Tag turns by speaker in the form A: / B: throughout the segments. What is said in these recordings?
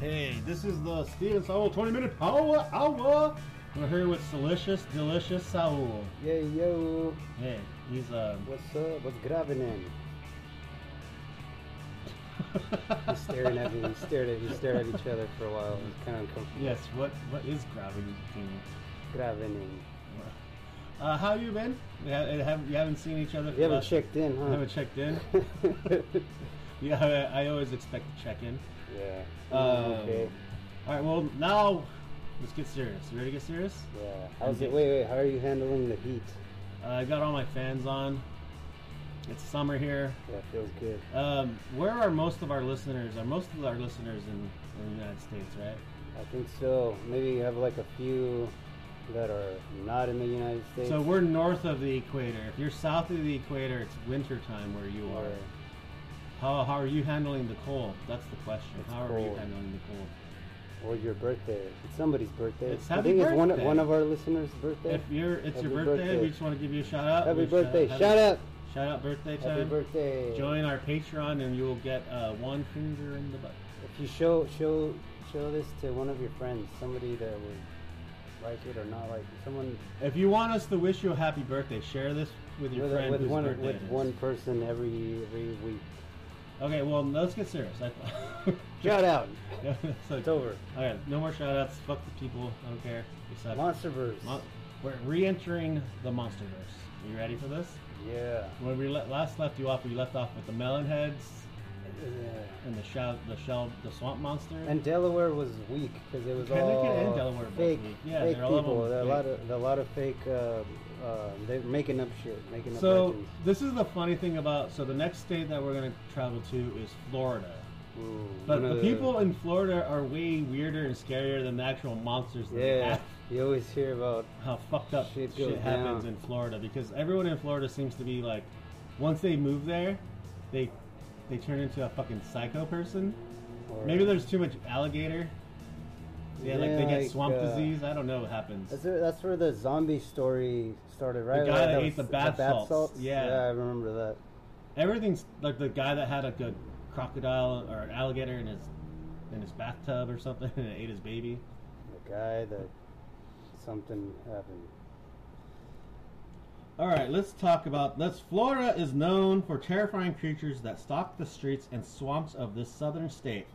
A: Hey, this is the Steven Saul 20 minute power hour. We're here with Delicious, Delicious Saul.
B: Yeah, yo,
A: Hey, he's um.
B: what's up? What's grabbing in? He's staring at me. He stared at, he stared at each other for a while. It was kind of uncomfortable.
A: yes. What what is gravity doing?
B: Grabbing in.
A: Uh, how you been? You ha- you haven't, you haven't seen each other. for
B: You haven't
A: last-
B: checked in,
A: you haven't
B: huh?
A: checked in. yeah, I, I always expect to check in.
B: yeah.
A: Um,
B: Oh, okay.
A: All right. Well, now let's get serious. You ready to get serious?
B: Yeah. How's it? Wait, wait. How are you handling the heat?
A: Uh, I got all my fans on. It's summer here.
B: Yeah, feels good.
A: Um, where are most of our listeners? Are most of our listeners in, in the United States, right?
B: I think so. Maybe you have like a few that are not in the United States.
A: So we're north of the equator. If you're south of the equator, it's winter time where you are.
B: Or-
A: How, how are you handling the cold? That's the question.
B: It's
A: how are you
B: cold.
A: handling the cold?
B: or your birthday. It's somebody's birthday.
A: It's
B: I
A: happy
B: think it's one
A: birthday.
B: one of our listeners' birthday.
A: If uh, you're, it's your
B: Happy
A: birthday. We
B: birthday.
A: just want to give you a shout out.
B: Happy
A: We
B: birthday!
A: Shout,
B: Shout out!
A: Shout out birthday
B: Happy
A: time.
B: birthday!
A: Join our Patreon and you will get uh, one finger in the butt.
B: If you show show show this to one of your friends, somebody that would like it or not like it, someone
A: If you want us to wish you a happy birthday, share this with your
B: with,
A: friend
B: with
A: whose
B: one
A: birthday
B: with
A: it is.
B: one person every every week.
A: Okay, well let's get serious. I
B: Shout out!
A: so,
B: It's over.
A: Okay, no more shout outs. Fuck the people. I don't care. We suck.
B: Monsterverse.
A: Mon- We're re-entering the MonsterVerse. Are you ready for this?
B: yeah.
A: When we le- last left you off, we left off with the melon heads
B: Yeah.
A: and the shell, the shell, the swamp monster.
B: And Delaware was weak because it was
A: Connecticut
B: all
A: and Delaware are both
B: fake,
A: weak. Yeah,
B: fake
A: they're all of
B: people.
A: them
B: There are a
A: fake.
B: lot of there are a lot of fake. Uh, uh, they're making up shit, making up
A: so
B: legends.
A: this is the funny thing about. So the next state that we're gonna travel to is Florida.
B: Ooh,
A: But
B: Mm. one
A: the
B: of
A: people in Florida are way weirder and scarier than the actual monsters. that they
B: Yeah,
A: have.
B: you always hear about
A: how fucked up shit,
B: Shit goes
A: happens
B: down.
A: in Florida because everyone in Florida seems to be like, once they move there, they they turn into a fucking psycho person.
B: or-
A: Maybe there's too much alligator. Yeah, like they
B: Yeah,
A: get
B: like,
A: swamp
B: uh,
A: disease. I don't know what happens.
B: That's where, that's where the zombie story started, right?
A: guy
B: Right,
A: that
B: was-
A: ate the bath salts. Yeah.
B: I remember that.
A: Everything's like the guy that had like a crocodile or an alligator in his in his bathtub or something and it ate his baby.
B: The guy that something happened.
A: All right, let's talk about this. Florida is known for terrifying creatures that stalk the streets and swamps of this southern state,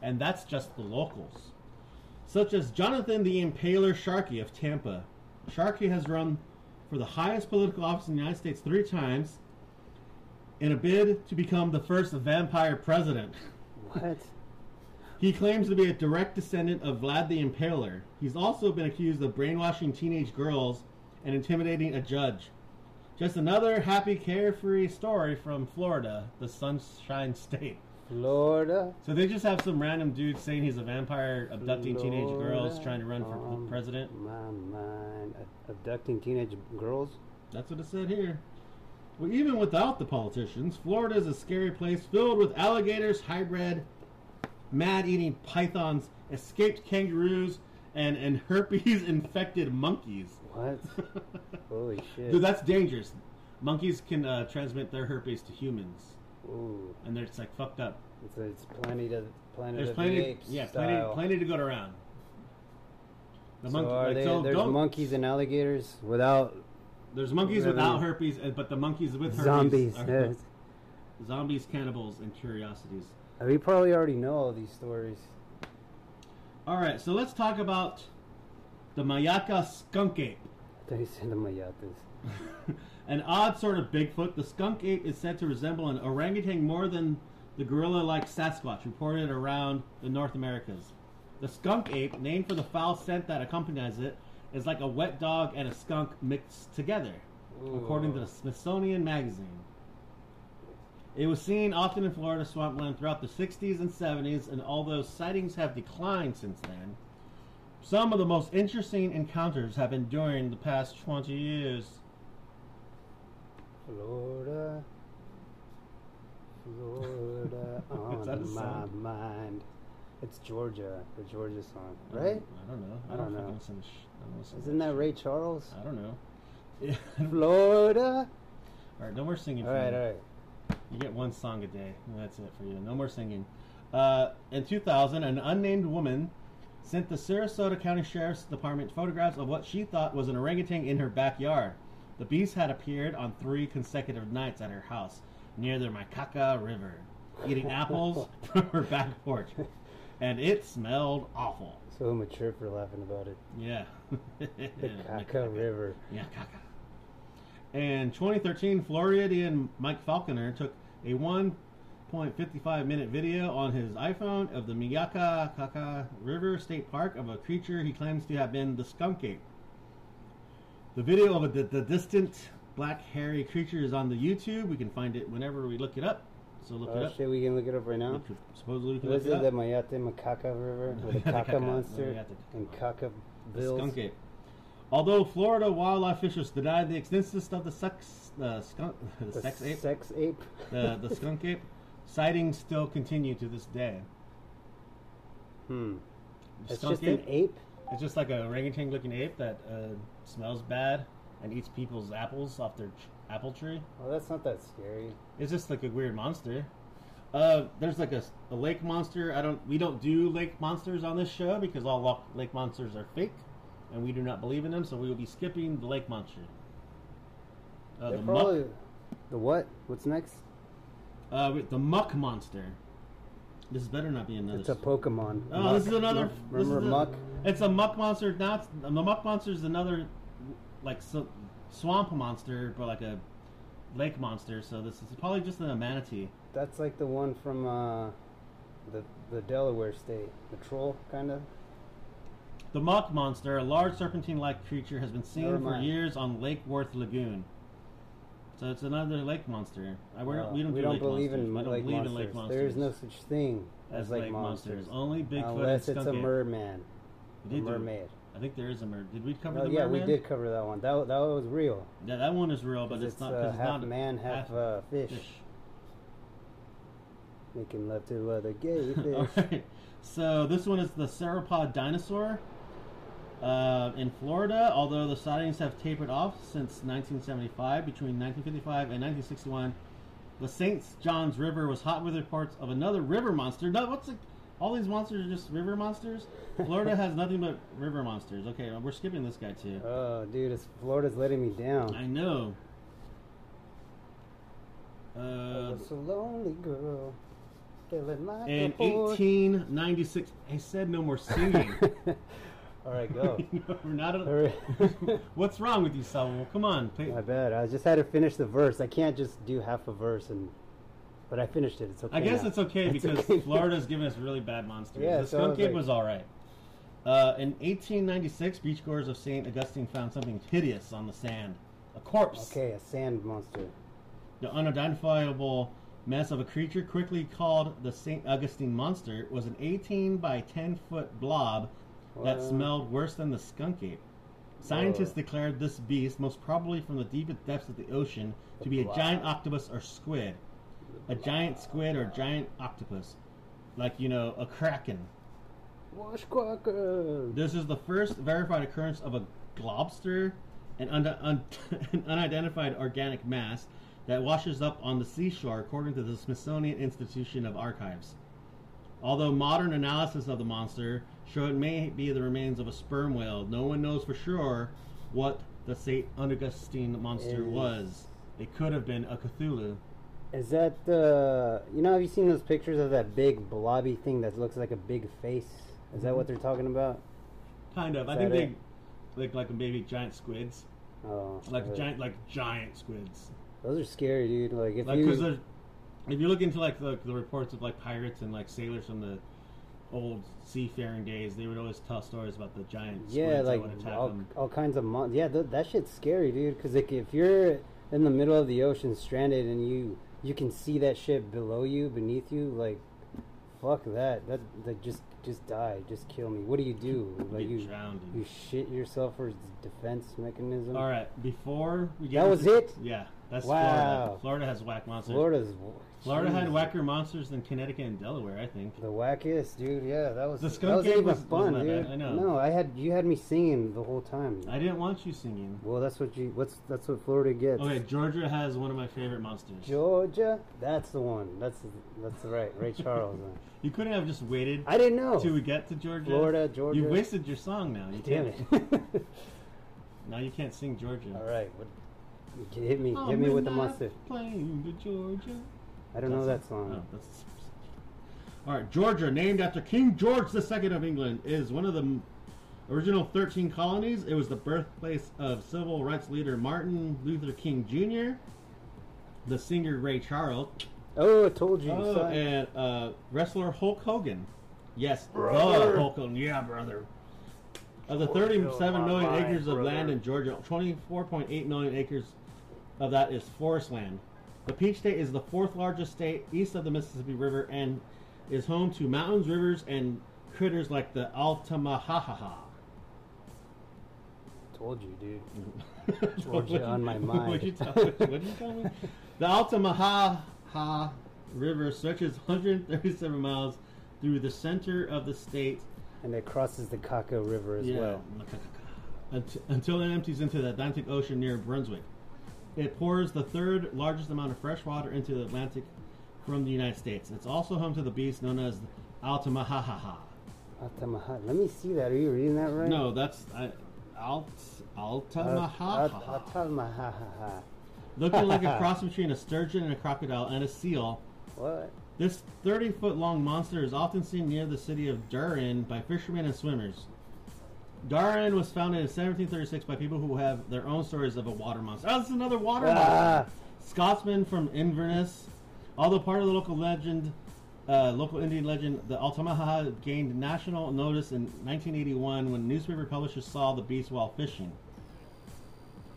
A: and that's just the locals, such as Jonathan the Impaler Sharkey of Tampa. Sharkey has run for the highest political office in the United States three times in a bid to become the first vampire president.
B: What?
A: He claims to be a direct descendant of Vlad the Impaler. He's also been accused of brainwashing teenage girls and intimidating a judge. Just another happy, carefree story from Florida, the Sunshine State.
B: Florida?
A: So they just have some random dude saying he's a vampire, abducting teenage girls,
B: Florida
A: trying to run for
B: on
A: p- president.
B: My mind. Ab- Abducting teenage girls?
A: That's what it said here. Well, even without the politicians, Florida is a scary place filled with alligators, hybrid, mad eating pythons, escaped kangaroos, and, and herpes infected monkeys.
B: What? Holy shit.
A: Dude, that's dangerous. Monkeys can uh, transmit their herpes to humans,
B: Ooh.
A: and they're just like fucked up.
B: It's, it's Planet of, planet
A: There's
B: of the
A: plenty,
B: Apes.
A: yeah,
B: style.
A: plenty, plenty to go around. The
B: So are
A: like,
B: they,
A: so
B: there's
A: don't-
B: monkeys and alligators without
A: There's monkeys
B: Really?
A: without herpes, and- but the Uh-huh. monkeys with herpes
B: zombies.
A: are-
B: yes.
A: zombies, cannibals, and curiosities.
B: We probably already know all these stories.
A: All right, so let's talk about the Mayaca skunk ape.
B: I thought you said the Mayatas.
A: An odd sort of Bigfoot, the skunk ape is said to resemble an orangutan more than the gorilla like Sasquatch reported around the North Americas. The skunk ape, named for the foul scent that accompanies it, is like a wet dog and a skunk mixed together, according to the Smithsonian Magazine. It was seen often in Florida swampland throughout the 60s and 70s, and although sightings have declined since then, some of the most interesting encounters have been during the past 20 years.
B: Florida, Florida
A: Is that a
B: on my
A: song?
B: mind. It's Georgia, the Georgia song, right?
A: I don't know. I
B: I
A: don't
B: don't
A: fucking
B: know.
A: listen to sh- I don't listen to
B: Isn't that Ray Charles?
A: sh- I don't know. Yeah.
B: Florida.
A: all right, no more singing.
B: All
A: for
B: right,
A: me.
B: all right.
A: You get one song a day. and That's it for you. No more singing. Uh, in 2000, an unnamed woman sent the Sarasota County Sheriff's Department photographs of what she thought was an orangutan in her backyard. The beast had appeared on three consecutive nights at her house near the Macaca River, eating apples from her back porch, and it smelled awful.
B: So immature for laughing about it.
A: Yeah.
B: The Caca River.
A: Yeah, caca. In 2013, Floridian Mike Falconer took a 1.55 minute video on his iPhone of the Miyaka Kaka River State Park of a creature he claims to have been the skunk ape. The video of the, the distant black hairy creature is on the YouTube. We can find it whenever we look it up. So look it
B: Oh
A: up.
B: shit, we can look it up right now.
A: Look- Supposedly we can
B: Was
A: look
B: it
A: it
B: the
A: up.
B: Mayate Macaca River with the
A: Macaca,
B: caca monster
A: Mayate.
B: and caca
A: The
B: bills?
A: skunk ape. Although Florida wildlife officials denied the existence of the sex, uh, skunk, the
B: The
A: sex ape,
B: Sex ape.
A: the, the skunk ape, sightings still continue to this day.
B: Hmm.
A: The
B: It's
A: skunk
B: just an ape.
A: It's just like a orangutan looking ape that uh, smells bad and eats people's apples off their ch- apple tree.
B: Well, Oh, that's not that scary.
A: It's just like a weird monster. Uh, there's like a, s- a lake monster. I don't. We don't do lake monsters on this show because all lo- lake monsters are fake, and we do not believe in them. So we will be skipping the lake monster. Uh,
B: They're
A: the
B: probably
A: muck.
B: the what? What's next?
A: Uh, wait, the muck monster. This better not be another.
B: It's a Pokemon.
A: Oh,
B: Muck.
A: this is another.
B: Remember-
A: this is
B: Remember
A: a-
B: Muck?
A: It's a muck monster. Now it's, the muck monster is another, like so, swamp monster, but like a lake monster. So this is probably just a manatee.
B: That's like the one from uh, the the Delaware state, the troll kind of.
A: The muck monster, a large serpentine-like creature, has been
B: Never
A: seen for
B: mind.
A: years on Lake Worth Lagoon. So it's another lake monster. I, we're,
B: Uh,
A: we don't, do lake
B: believe
A: monsters.
B: in
A: We don't
B: lake
A: believe
B: monsters.
A: in lake monsters.
B: There is no such thing as, lake, monsters.
A: Only Bigfoot
B: unless
A: and
B: it's a
A: skunk ape.
B: merman,
A: We
B: a
A: did do-
B: mermaid.
A: I think there is a mermaid. Did we cover
B: No,
A: the
B: yeah,
A: merman?
B: we did cover that one. That that was real.
A: Yeah, that one is real,
B: 'cause
A: but it's, not
B: uh,
A: because it's
B: half
A: not
B: man, half,
A: half
B: uh, fish.
A: fish.
B: Making love to other gay
A: All
B: fish.
A: right. So this one is the sauropod dinosaur uh, in Florida. Although the sightings have tapered off since 1975, between 1955 and 1961, the St. Johns River was hot with reports of another river monster. No, what's the, all these monsters are just river monsters. Florida has nothing but river monsters. Okay, we're skipping this guy too.
B: oh, dude, it's, Florida's letting me down.
A: I know.
B: I
A: Uh,
B: was a lonely girl, feeling like
A: in
B: a whore.
A: 1896, I said no more singing.
B: All right, go.
A: We're not a-
B: Hurry.
A: What's wrong with you, Saul? Come on. Play.
B: My bad. I just had to finish the verse. I can't just do half a verse and, but I finished it. It's okay.
A: I guess
B: now.
A: it's okay
B: It's
A: because
B: okay.
A: Florida's giving us really bad monsters.
B: Yeah,
A: the
B: so
A: skunk
B: it's
A: ape
B: like-
A: was all right. Uh, in 1896, beachgoers of St. Augustine found something hideous on the sand. A corpse.
B: Okay, a sand monster.
A: The unidentifiable mess of a creature, quickly called the St. Augustine monster, was an 18 by 10 foot blob that
B: Wow.
A: smelled worse than the skunk ape. Scientists declared this beast, most probably from the deepest depths of the ocean, to be a
B: Wow.
A: giant octopus or squid. A giant squid or giant octopus. Like, you know, a kraken.
B: Washquacker.
A: This is the first verified occurrence of a globster, an, un- un- an unidentified organic mass that washes up on the seashore, according to the Smithsonian Institution of Archives. Although modern analysis of the monster show it may be the remains of a sperm whale, no one knows for sure what the St. Augustine monster
B: Is-
A: was. It could have been a Cthulhu.
B: Is that the? You know, have you seen those pictures of that big blobby thing that looks like a big face? Is
A: Mm-hmm.
B: that what they're talking about?
A: Kind of. I
B: Is
A: think
B: that
A: they
B: it?
A: look like maybe giant squids.
B: Oh,
A: Like
B: uh,
A: giant like giant squids.
B: Those are scary, dude. Like if
A: Like,
B: you,
A: because if you look into like the, the reports of like pirates and like sailors from the old seafaring days, they would always tell stories about the giant
B: yeah,
A: squids
B: like
A: that would attack
B: all,
A: them.
B: all kinds of mon- yeah, th- that shit's scary, dude. Because like, if you're in the middle of the ocean, stranded, and you you can see that shit below you, beneath you, like fuck that. That like just just die, just kill me. What do you do?
A: You'd
B: Like
A: be
B: you
A: drowned.
B: you shit yourself for defense mechanism.
A: All right, before we get
B: That was
A: into-
B: it?
A: Yeah, that's
B: Wow.
A: Florida. Florida has whack monsters.
B: Florida's w-
A: Florida had
B: Jeez.
A: whacker monsters than Connecticut and Delaware, I think.
B: The wackest, dude. Yeah, that was
A: The
B: that
A: skunk
B: was
A: ape
B: even
A: was- was
B: fun,
A: my
B: dude.
A: bad, I know.
B: No, I had you had me singing the whole time.
A: I didn't want you singing.
B: Well, that's what you. What's that's what Florida gets.
A: Okay, Georgia has one of my favorite monsters.
B: Georgia. That's the one. That's that's right. Ray Charles.
A: You couldn't have just waited
B: I didn't know.
A: till we get to Georgia.
B: Florida, Georgia.
A: You wasted your song now. You
B: Damn
A: can't,
B: it.
A: Now you can't sing Georgia.
B: All right. What, you can hit
A: Oh,
B: me. hit me with the monster.
A: Playing the Georgia.
B: I don't know that
A: That's-
B: song.
A: oh, that's- all right, Georgia, named after King George II of England, is one of the m- original 13 colonies. It was the birthplace of civil rights leader Martin Luther King Jr., the singer Ray Charles,
B: Oh, I told you.
A: oh,
B: son.
A: and uh, wrestler Hulk Hogan. Yes,
B: Brother.
A: the Hulk Hogan. Yeah, brother. Of the
B: Fulfill
A: 37
B: my
A: million
B: mind,
A: acres of land
B: brother.
A: in Georgia, 24.8 million acres of that is forest land. The Peach State is the fourth largest state east of the Mississippi River and is home to mountains, rivers, and critters like the Altamahaha.
B: told you, dude.
A: What'd you-
B: on my mind.
A: What'd you tell, what'd you tell me? The Altamaha River stretches 137 miles through the center of the state
B: And it crosses the Caco River as well.
A: Unt- Until it empties into the Atlantic Ocean near Brunswick. It pours the third largest amount of fresh water into the Atlantic from the United States. It's also home to the beast known as Altamahaha.
B: Altamaha. Let me see that. Are you reading that right?
A: No, that's I, Alt
B: Alt-
A: Altamahaha.
B: Alt- Altamahaha.
A: Looking like a cross between a sturgeon and a crocodile and a seal.
B: What?
A: This 30 foot long monster is often seen near the city of Durin by fishermen and swimmers. Durin was founded in 1736 by people who have their own stories of a water monster. Oh, this is another water
B: Ah,
A: monster! Scotsman from Inverness. Although part of the local legend, uh, local Indian legend, the Altamaha gained national notice in 1981 when newspaper publishers saw the beast while fishing.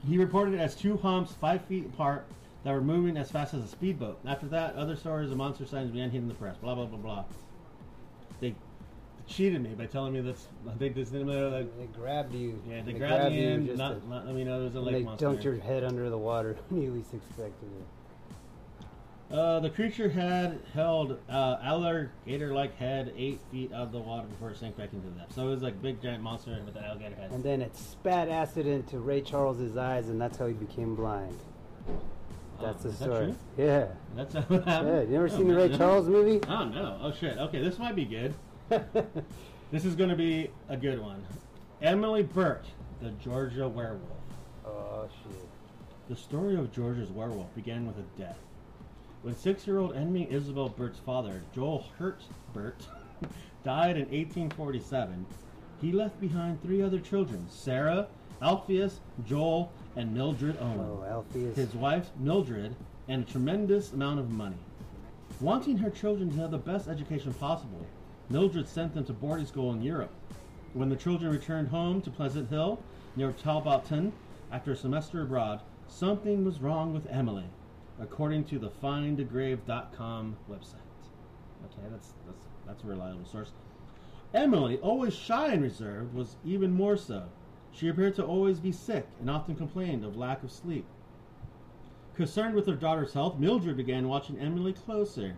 A: He reported it as two humps five feet apart that were moving as fast as a speedboat. After that, other stories of monster sightings began hitting the press. Blah blah blah blah. They cheated me by telling me that's. I think this didn't matter. Like,
B: they grabbed you.
A: yeah, they, grabbed me in,
B: just
A: not,
B: to-
A: not let me know it was a
B: and
A: lake
B: they
A: monster.
B: dunked your head under the water when you least expected it.
A: Uh, the creature had held uh, alligator-like head eight feet out of the water before it sank back into the depths. So it was like big giant monster with an alligator head.
B: And then it spat acid into Ray Charles's eyes, and that's how he became blind. That's the
A: Oh, is that
B: story.
A: true?
B: Yeah.
A: That's how it
B: Yeah.
A: happened.
B: You ever
A: Oh,
B: seen the Ray
A: man.
B: Charles movie?
A: Oh no! Oh shit! Okay, this might be good. This is going to be a good one. Emily Burt, the Georgia werewolf.
B: oh shit.
A: The story of Georgia's werewolf began with a death. When six year old enemy Isabel Burt's father, Joel Hurt Burt, died in 1847, he left behind three other children Sarah, Alpheus, Joel, and Mildred Owen
B: Oh, Alfie is.
A: his wife Mildred, and a tremendous amount of money. Wanting her children to have the best education possible, Mildred sent them to boarding school in Europe. When the children returned home to Pleasant Hill, near Talbotton, after a semester abroad, something was wrong with Emily, according to the findagrave.com website. Okay, that's that's that's a reliable source. Emily, always shy and reserved, was even more so. She appeared to always be sick and often complained of lack of sleep. Concerned with her daughter's health, Mildred began watching Emily closer.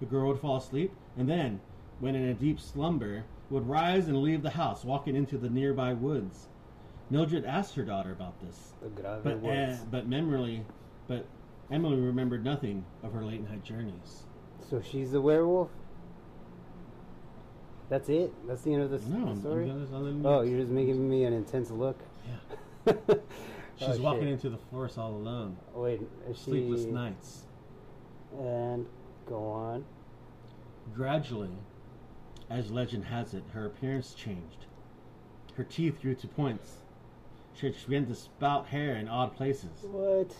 A: The girl would fall asleep, and then, when in a deep slumber, would rise and leave the house, walking into the nearby woods. Mildred asked her daughter about this,
B: the grave
A: but eh,
B: words.
A: but memory, but Emily remembered nothing of her late night journeys.
B: So she's the werewolf. That's it. That's the end of the s-
A: No, I'm- I'm
B: story.
A: gonna- other than-
B: Oh, you're just making me an intense look.
A: yeah.
B: She's
A: She's walking into the forest all alone,
B: Wait, is she
A: sleepless nights.
B: And go on.
A: Gradually, as legend has it, her appearance changed. Her teeth grew to points. She had began to spout hair in odd places.
B: What?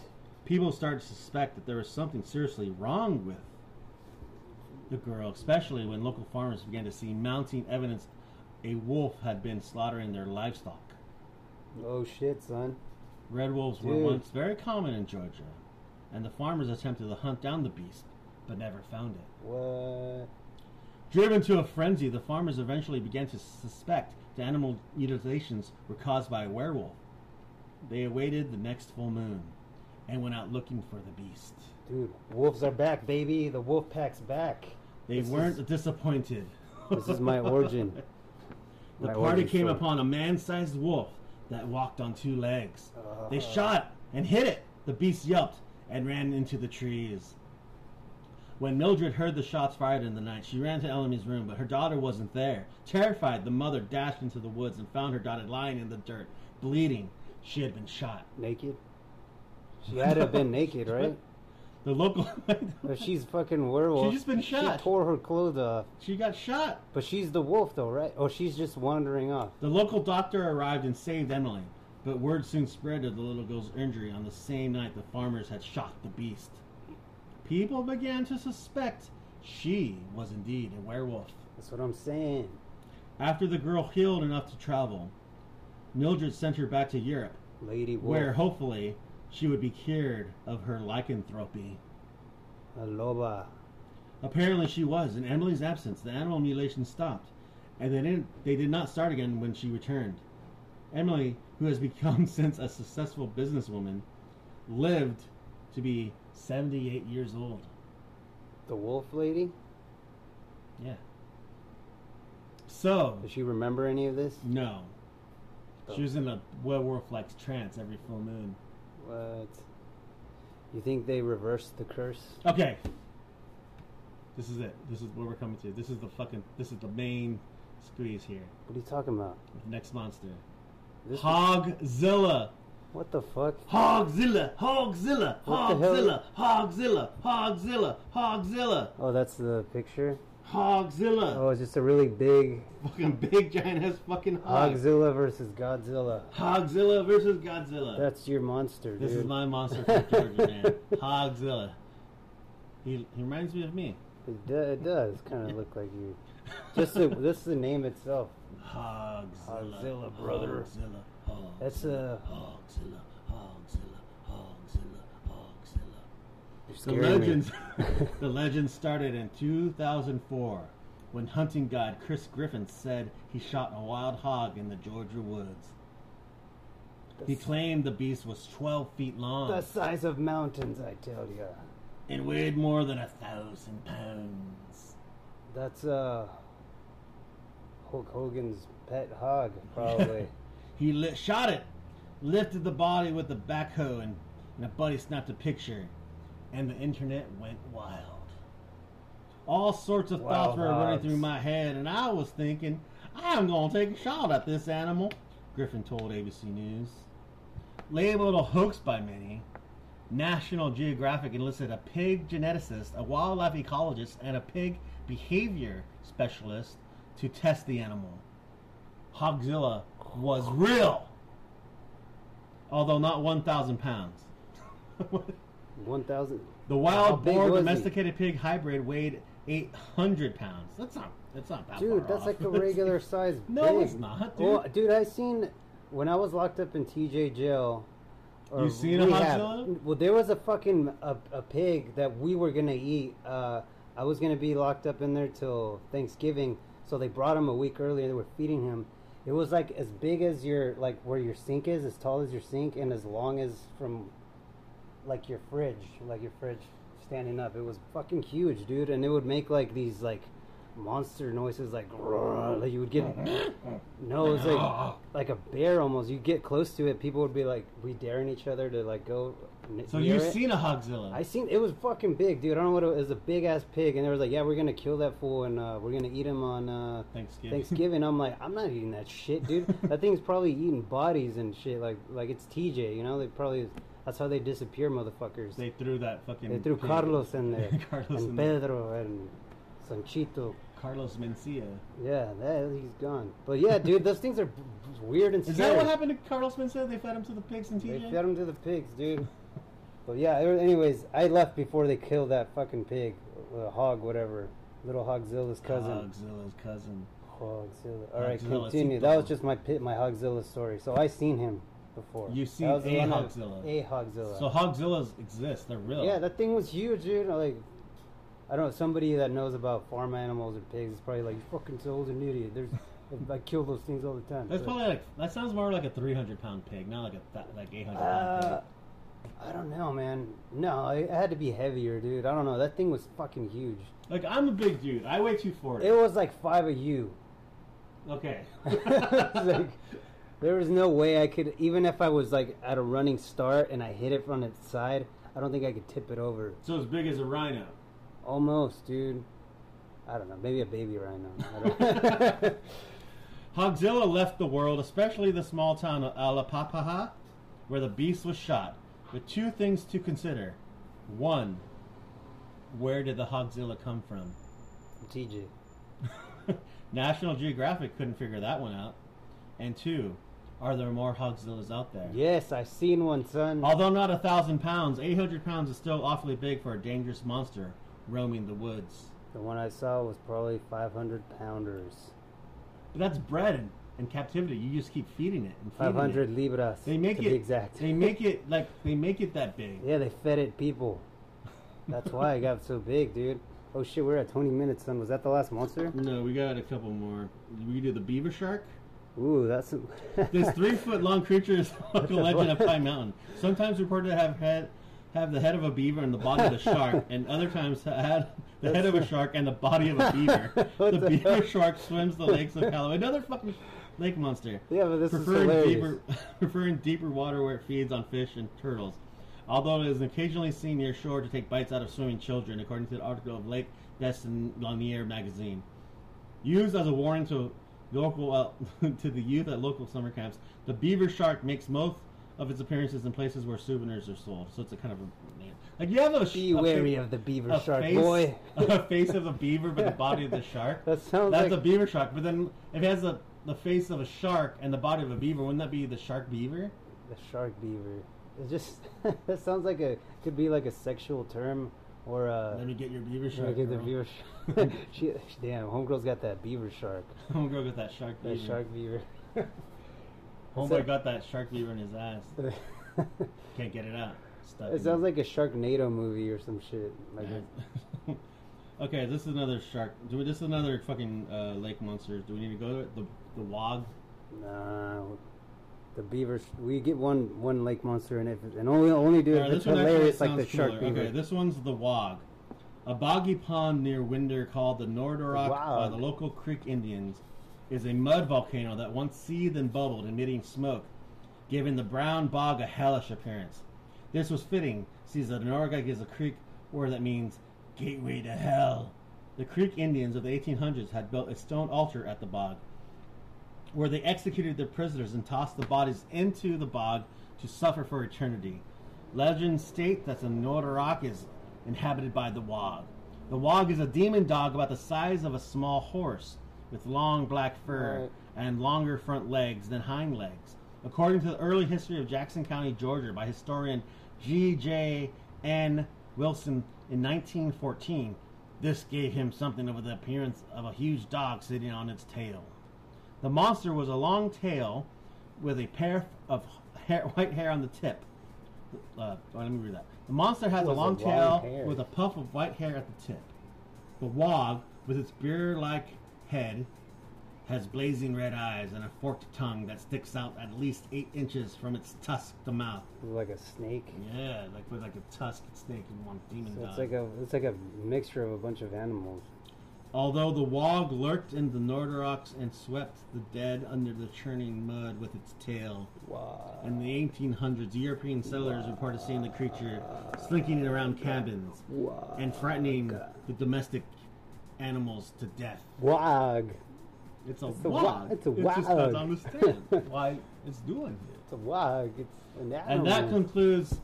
A: People started to suspect that there was something seriously wrong with the girl, especially when local farmers began to see mounting evidence a wolf had been slaughtering their livestock.
B: Oh shit, son.
A: Red wolves were
B: Dude.
A: once very common in Georgia, and the farmers attempted to hunt down the beast, but never found it.
B: What?
A: Driven to a frenzy, the farmers eventually began to suspect the animal mutilations were caused by a werewolf. They awaited the next full moon and went out looking for the beast.
B: Dude, wolves are back, baby. The wolf pack's back.
A: They
B: This
A: weren't
B: is-
A: disappointed.
B: this is my origin.
A: The
B: My
A: party
B: origin
A: came
B: story.
A: upon a man-sized wolf that walked on two legs. They
B: Uh.
A: shot and hit it. The beast yelped and ran into the trees. When Mildred heard the shots fired in the night, she ran to Elamy's room, but her daughter wasn't there. Terrified, the mother dashed into the woods and found her daughter lying in the dirt, bleeding. She had been shot.
B: Naked. She had to have been naked, right?
A: The local
B: But she's fucking werewolf.
A: She's just been shot.
B: She tore her clothes off.
A: she got shot.
B: But she's the wolf, though, right? Or she's just wandering off.
A: The local doctor arrived and saved Emily, but word soon spread of the little girl's injury on the same night the farmers had shot the beast. People began to suspect she was indeed a werewolf.
B: That's what I'm saying.
A: After the girl healed enough to travel, Mildred sent her back to Europe,
B: Lady wolf.
A: where hopefully she would be cured of her lycanthropy.
B: A loba.
A: Apparently she was. In Emily's absence, the animal mutilation stopped, and they didn't they did not start again when she returned. Emily, who has become since a successful businesswoman, lived to be 78 years old.
B: The wolf lady?
A: Yeah. So,
B: Does she remember any of this?
A: no. She was in a werewolf like trance every full moon.
B: What? You think they reversed the curse?
A: Okay. This is it. This is what we're coming to. This is the fucking this is the main squeeze here.
B: What are you talking about?
A: Next monster.
B: This
A: Hogzilla.
B: What the fuck?
A: Hogzilla, Hogzilla,
B: What the hell?
A: Hogzilla, Hogzilla, Hogzilla, Hogzilla,
B: Oh, that's the picture?
A: Hogzilla.
B: Oh, it's just a really big
A: Fucking big giant ass fucking hog.
B: Hogzilla versus Godzilla.
A: Hogzilla versus Godzilla.
B: That's your monster, dude.
A: This is my monster from Georgia, man. Hogzilla. He, he reminds me of me.
B: It, do, it does kind of look like you. Just the, this is the name itself.
A: Hogzilla.
B: Hogzilla, brother.
A: Hogzilla, Hogzilla.
B: That's a.
A: Hogzilla, Hogzilla, Hogzilla, Hogzilla.
B: You're
A: The
B: scaring me.
A: legends, the legend started in 2004 when hunting god Chris Griffin said he shot a wild hog in the Georgia woods. He
B: That's-
A: claimed the beast was 12 feet long
B: The size of mountains, I tell ya.
A: and weighed more than a thousand pounds.
B: That's uh Hulk Hogan's pet hog, probably.
A: He li- shot it, lifted the body with a backhoe, and, and a buddy snapped a picture, and the internet went wild. All sorts of thoughts
B: Wild
A: were running
B: hogs.
A: through my head, and I was thinking, I'm gonna take a shot at this animal. Griffin told ABC News, labeled a hoax by many. National Geographic enlisted a pig geneticist, a wildlife ecologist, and a pig behavior specialist to test the animal. Hogzilla was real, although not 1,000 pounds.
B: One thousand.
A: the
B: How
A: wild
B: big
A: boar
B: was he?
A: domesticated pig hybrid weighed 800 pounds. That's not. That's not that
B: Dude,
A: far
B: that's
A: off.
B: like a regular size.
A: No,
B: pig.
A: it's not,
B: Well,
A: dude.
B: dude, I seen when I was locked up in TJ jail. or
A: You seen a
B: rehab,
A: Hogzilla?
B: Well, there was a fucking a, a pig that we were gonna eat. Uh, I was gonna be locked up in there till Thanksgiving, so they brought him a week earlier. They were feeding him. It was like as big as your like where your sink is, as tall as your sink, and as long as from like your fridge, like your fridge standing up. It was fucking huge, dude, and it would make like these like monster noises, like, "Grrr," like you would get. No, it was like like a bear almost. You get close to it, people would be like, we daring each other to like go. n-
A: so
B: near
A: you've
B: it.
A: seen a hogzilla?
B: I seen it was fucking big, dude. I don't know what it was. It was a big ass pig, and they was like, "Yeah, we're gonna kill that fool, and uh, we're gonna eat him on uh,
A: Thanksgiving.
B: Thanksgiving." I'm like, "I'm not eating that shit, dude. that thing's probably eating bodies and shit. Like, like it's TJ, you know? They probably that's how they disappear, motherfuckers.
A: They threw that fucking.
B: They threw
A: pig.
B: Carlos in there,
A: Carlos
B: and
A: in there.
B: Pedro, and Sanchito.
A: Carlos Mencia.
B: Yeah, that, he's gone. But yeah, dude, those things are b- b- weird and
A: Is
B: scary.
A: that what happened to Carlos Mencia? They fed him to the pigs and
B: They
A: TJ.
B: fed him to the pigs, dude. But yeah, it- anyways, I left before they killed that fucking pig, uh, hog, whatever, little hogzilla's cousin.
A: Hogzilla's cousin.
B: Hogzilla. All right,
A: Hogzilla,
B: continue.
A: Snoop
B: That was
A: Dogg.
B: just my pit, my hogzilla story. So I seen him before.
A: You
B: That
A: seen
B: was the
A: a
B: one I-
A: hogzilla.
B: A hogzilla.
A: So hogzillas exist. They're real.
B: yeah, that thing was huge, dude. Like, I don't know. Somebody that knows about farm animals or pigs is probably like, "You fucking soul's an idiot." There's, I kill those things all the time.
A: That's
B: So-
A: probably like that sounds more like a 300 pound pig, not like a th- like 800 pound
B: Uh,
A: pig.
B: I don't know, man. No, it had to be heavier, dude. I don't know. That thing was fucking huge.
A: Like I'm a big dude. I weigh 240.
B: It was like five of you.
A: okay.
B: It's like, there was no way I could, even if I was like at a running start and I hit it from its side, I don't think I could tip it over.
A: so as big as a rhino.
B: Almost, dude. I don't know. Maybe a baby rhino. I don't
A: Hogzilla left the world, especially the small town of Alapapaha, where the beast was shot. With two things to consider: one, where did the Hogzilla come from?
B: TJ.
A: National Geographic couldn't figure that one out. And two, are there more Hogzillas out there?
B: Yes, I seen one, son.
A: Although not a thousand pounds, 800 pounds is still awfully big for a dangerous monster roaming the woods.
B: The one I saw was probably 500 pounders.
A: But that's bred in, in captivity. You just keep feeding it and feeding it.
B: 500 libras.
A: They make
B: to
A: it
B: be exact.
A: They make it like they make it that big.
B: Yeah, they fed it people. That's why it got so big, dude. Oh shit, we're at 20 minutes, son. Was that the last monster?
A: No, we got a couple more. We do the beaver shark.
B: Ooh, that's. Some...
A: This three-foot-long creature is like a
B: the
A: legend of
B: fuck?
A: Pine Mountain. Sometimes reported to have had have the head of a beaver and the body of a shark, and other times ha- had the head of a shark and the body of a beaver.
B: What
A: the
B: the
A: beaver
B: fuck?
A: shark swims the lakes of Callaway. Another fucking lake monster.
B: Yeah, but this is
A: preferring
B: hilarious.
A: deeper, preferring deeper water where it feeds on fish and turtles. Although it is occasionally seen near shore to take bites out of swimming children, according to an article of Lake Destinier magazine. Used as a warning to local uh, to the youth at local summer camps, the beaver shark makes most of its appearances in places where souvenirs are sold. So it's a kind of a man. like you have a sh-
B: Be
A: a
B: wary
A: fa-
B: of the beaver
A: a
B: shark,
A: face,
B: boy.
A: a face of a beaver, but the body of the shark.
B: That sounds
A: That's
B: like-
A: a beaver shark. But then if it has the the face of a shark and the body of a beaver, wouldn't that be the shark beaver?
B: The shark beaver. It just that sounds like a could be like a sexual term or
A: Let
B: a.
A: me get your beaver
B: Should I
A: shark.
B: Uh, get the
A: girl.
B: beaver? Shark? she, damn, homegirl's got that beaver shark.
A: I'm gonna go with that shark
B: That
A: beaver.
B: shark beaver.
A: Homeboy got that shark beaver in his ass.
B: it
A: Can't get it out. Stuck in
B: sounds like a Sharknado movie or some shit. Like a-
A: okay, this is another shark. Do we, this is another fucking uh, lake monster. Do we need to go to it? The the wog?
B: Nah, the beavers. We get one one lake monster, and if and only only do it
A: Alright,
B: if it's
A: actually
B: hilarious, like the
A: sounds
B: shark
A: cooler.
B: beaver.
A: Okay, this one's the wog. A boggy pond near Winder called the Nordorok by
B: Wog.
A: the local Creek Indians is a mud volcano that once seethed and bubbled, emitting smoke, giving the brown bog a hellish appearance. This was fitting, since the Nordorok is a creek word that means gateway to hell. The Creek Indians of the 1800s had built a stone altar at the bog, where they executed their prisoners and tossed the bodies into the bog to suffer for eternity. Legends state that the Nordorok is inhabited by the Wog. The Wog is a demon dog about the size of a small horse, with long black fur
B: Right.
A: and longer front legs than hind legs. According to the early history of Jackson County, Georgia, by historian G.J.N. Wilson in 1914, this gave him something of the appearance of a huge dog sitting on its tail. The monster was a long tail with a pair of hair, white hair on the tip. Uh, oh, let me read that. The monster has a
B: Was a long
A: long tail
B: hair.
A: with a puff of white hair at the tip. The wog, with its beer like head, has blazing red eyes and a forked tongue that sticks out at least eight inches from its tusk to mouth.
B: Like a snake.
A: Yeah, like with like a tusked snake and one demon
B: So
A: dog.
B: it's like a it's like a mixture of a bunch of animals.
A: Although the wog lurked in the Nordoroks and swept the dead under the churning mud with its tail.
B: Wow.
A: In the 1800s, European settlers reported seeing the creature slinking around cabins
B: Wog.
A: and frightening the domestic animals to death.
B: Wog.
A: It's a
B: It's a
A: wog.
B: wa- it's a
A: just doesn't
B: wog.
A: understand why it's doing it.
B: It's a wog. It's an
A: And
B: animal.
A: that concludes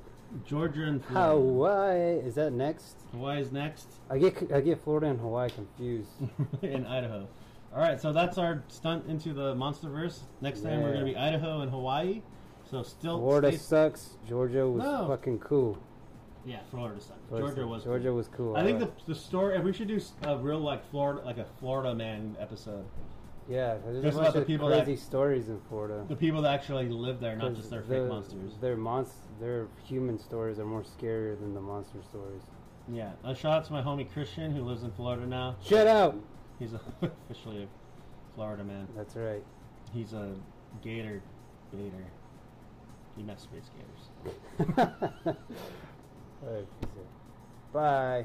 A: Georgia and Florida.
B: Hawaii. Is that next?
A: Hawaii's next,
B: I get I get Florida and Hawaii confused.
A: and Idaho. All right, so that's our stunt into the MonsterVerse. Next time we're
B: Yeah.
A: going to be Idaho and Hawaii. So still,
B: Florida
A: stay-
B: sucks. Georgia was
A: No.
B: fucking cool.
A: yeah, Florida sucked.
B: Florida
A: Georgia
B: sucks.
A: was
B: Georgia was cool.
A: I think the,
B: alright.
A: the story. We should do s- a real like Florida, like a Florida man episode.
B: yeah. There's
A: Just
B: a
A: about
B: bunch
A: the
B: of
A: people
B: crazy
A: that-
B: stories in Florida.
A: The people that actually live there, not
B: 'Cause
A: just their
B: the-
A: fake monsters.
B: Their monst- their human stories are more scarier than the monster stories.
A: Yeah. A shout out to my homie Christian who lives in Florida now.
B: Shut out.
A: He's a, officially a Florida man.
B: That's right.
A: He's a Gator, Gator. You mess space gators.
B: Alright, peace out. Bye.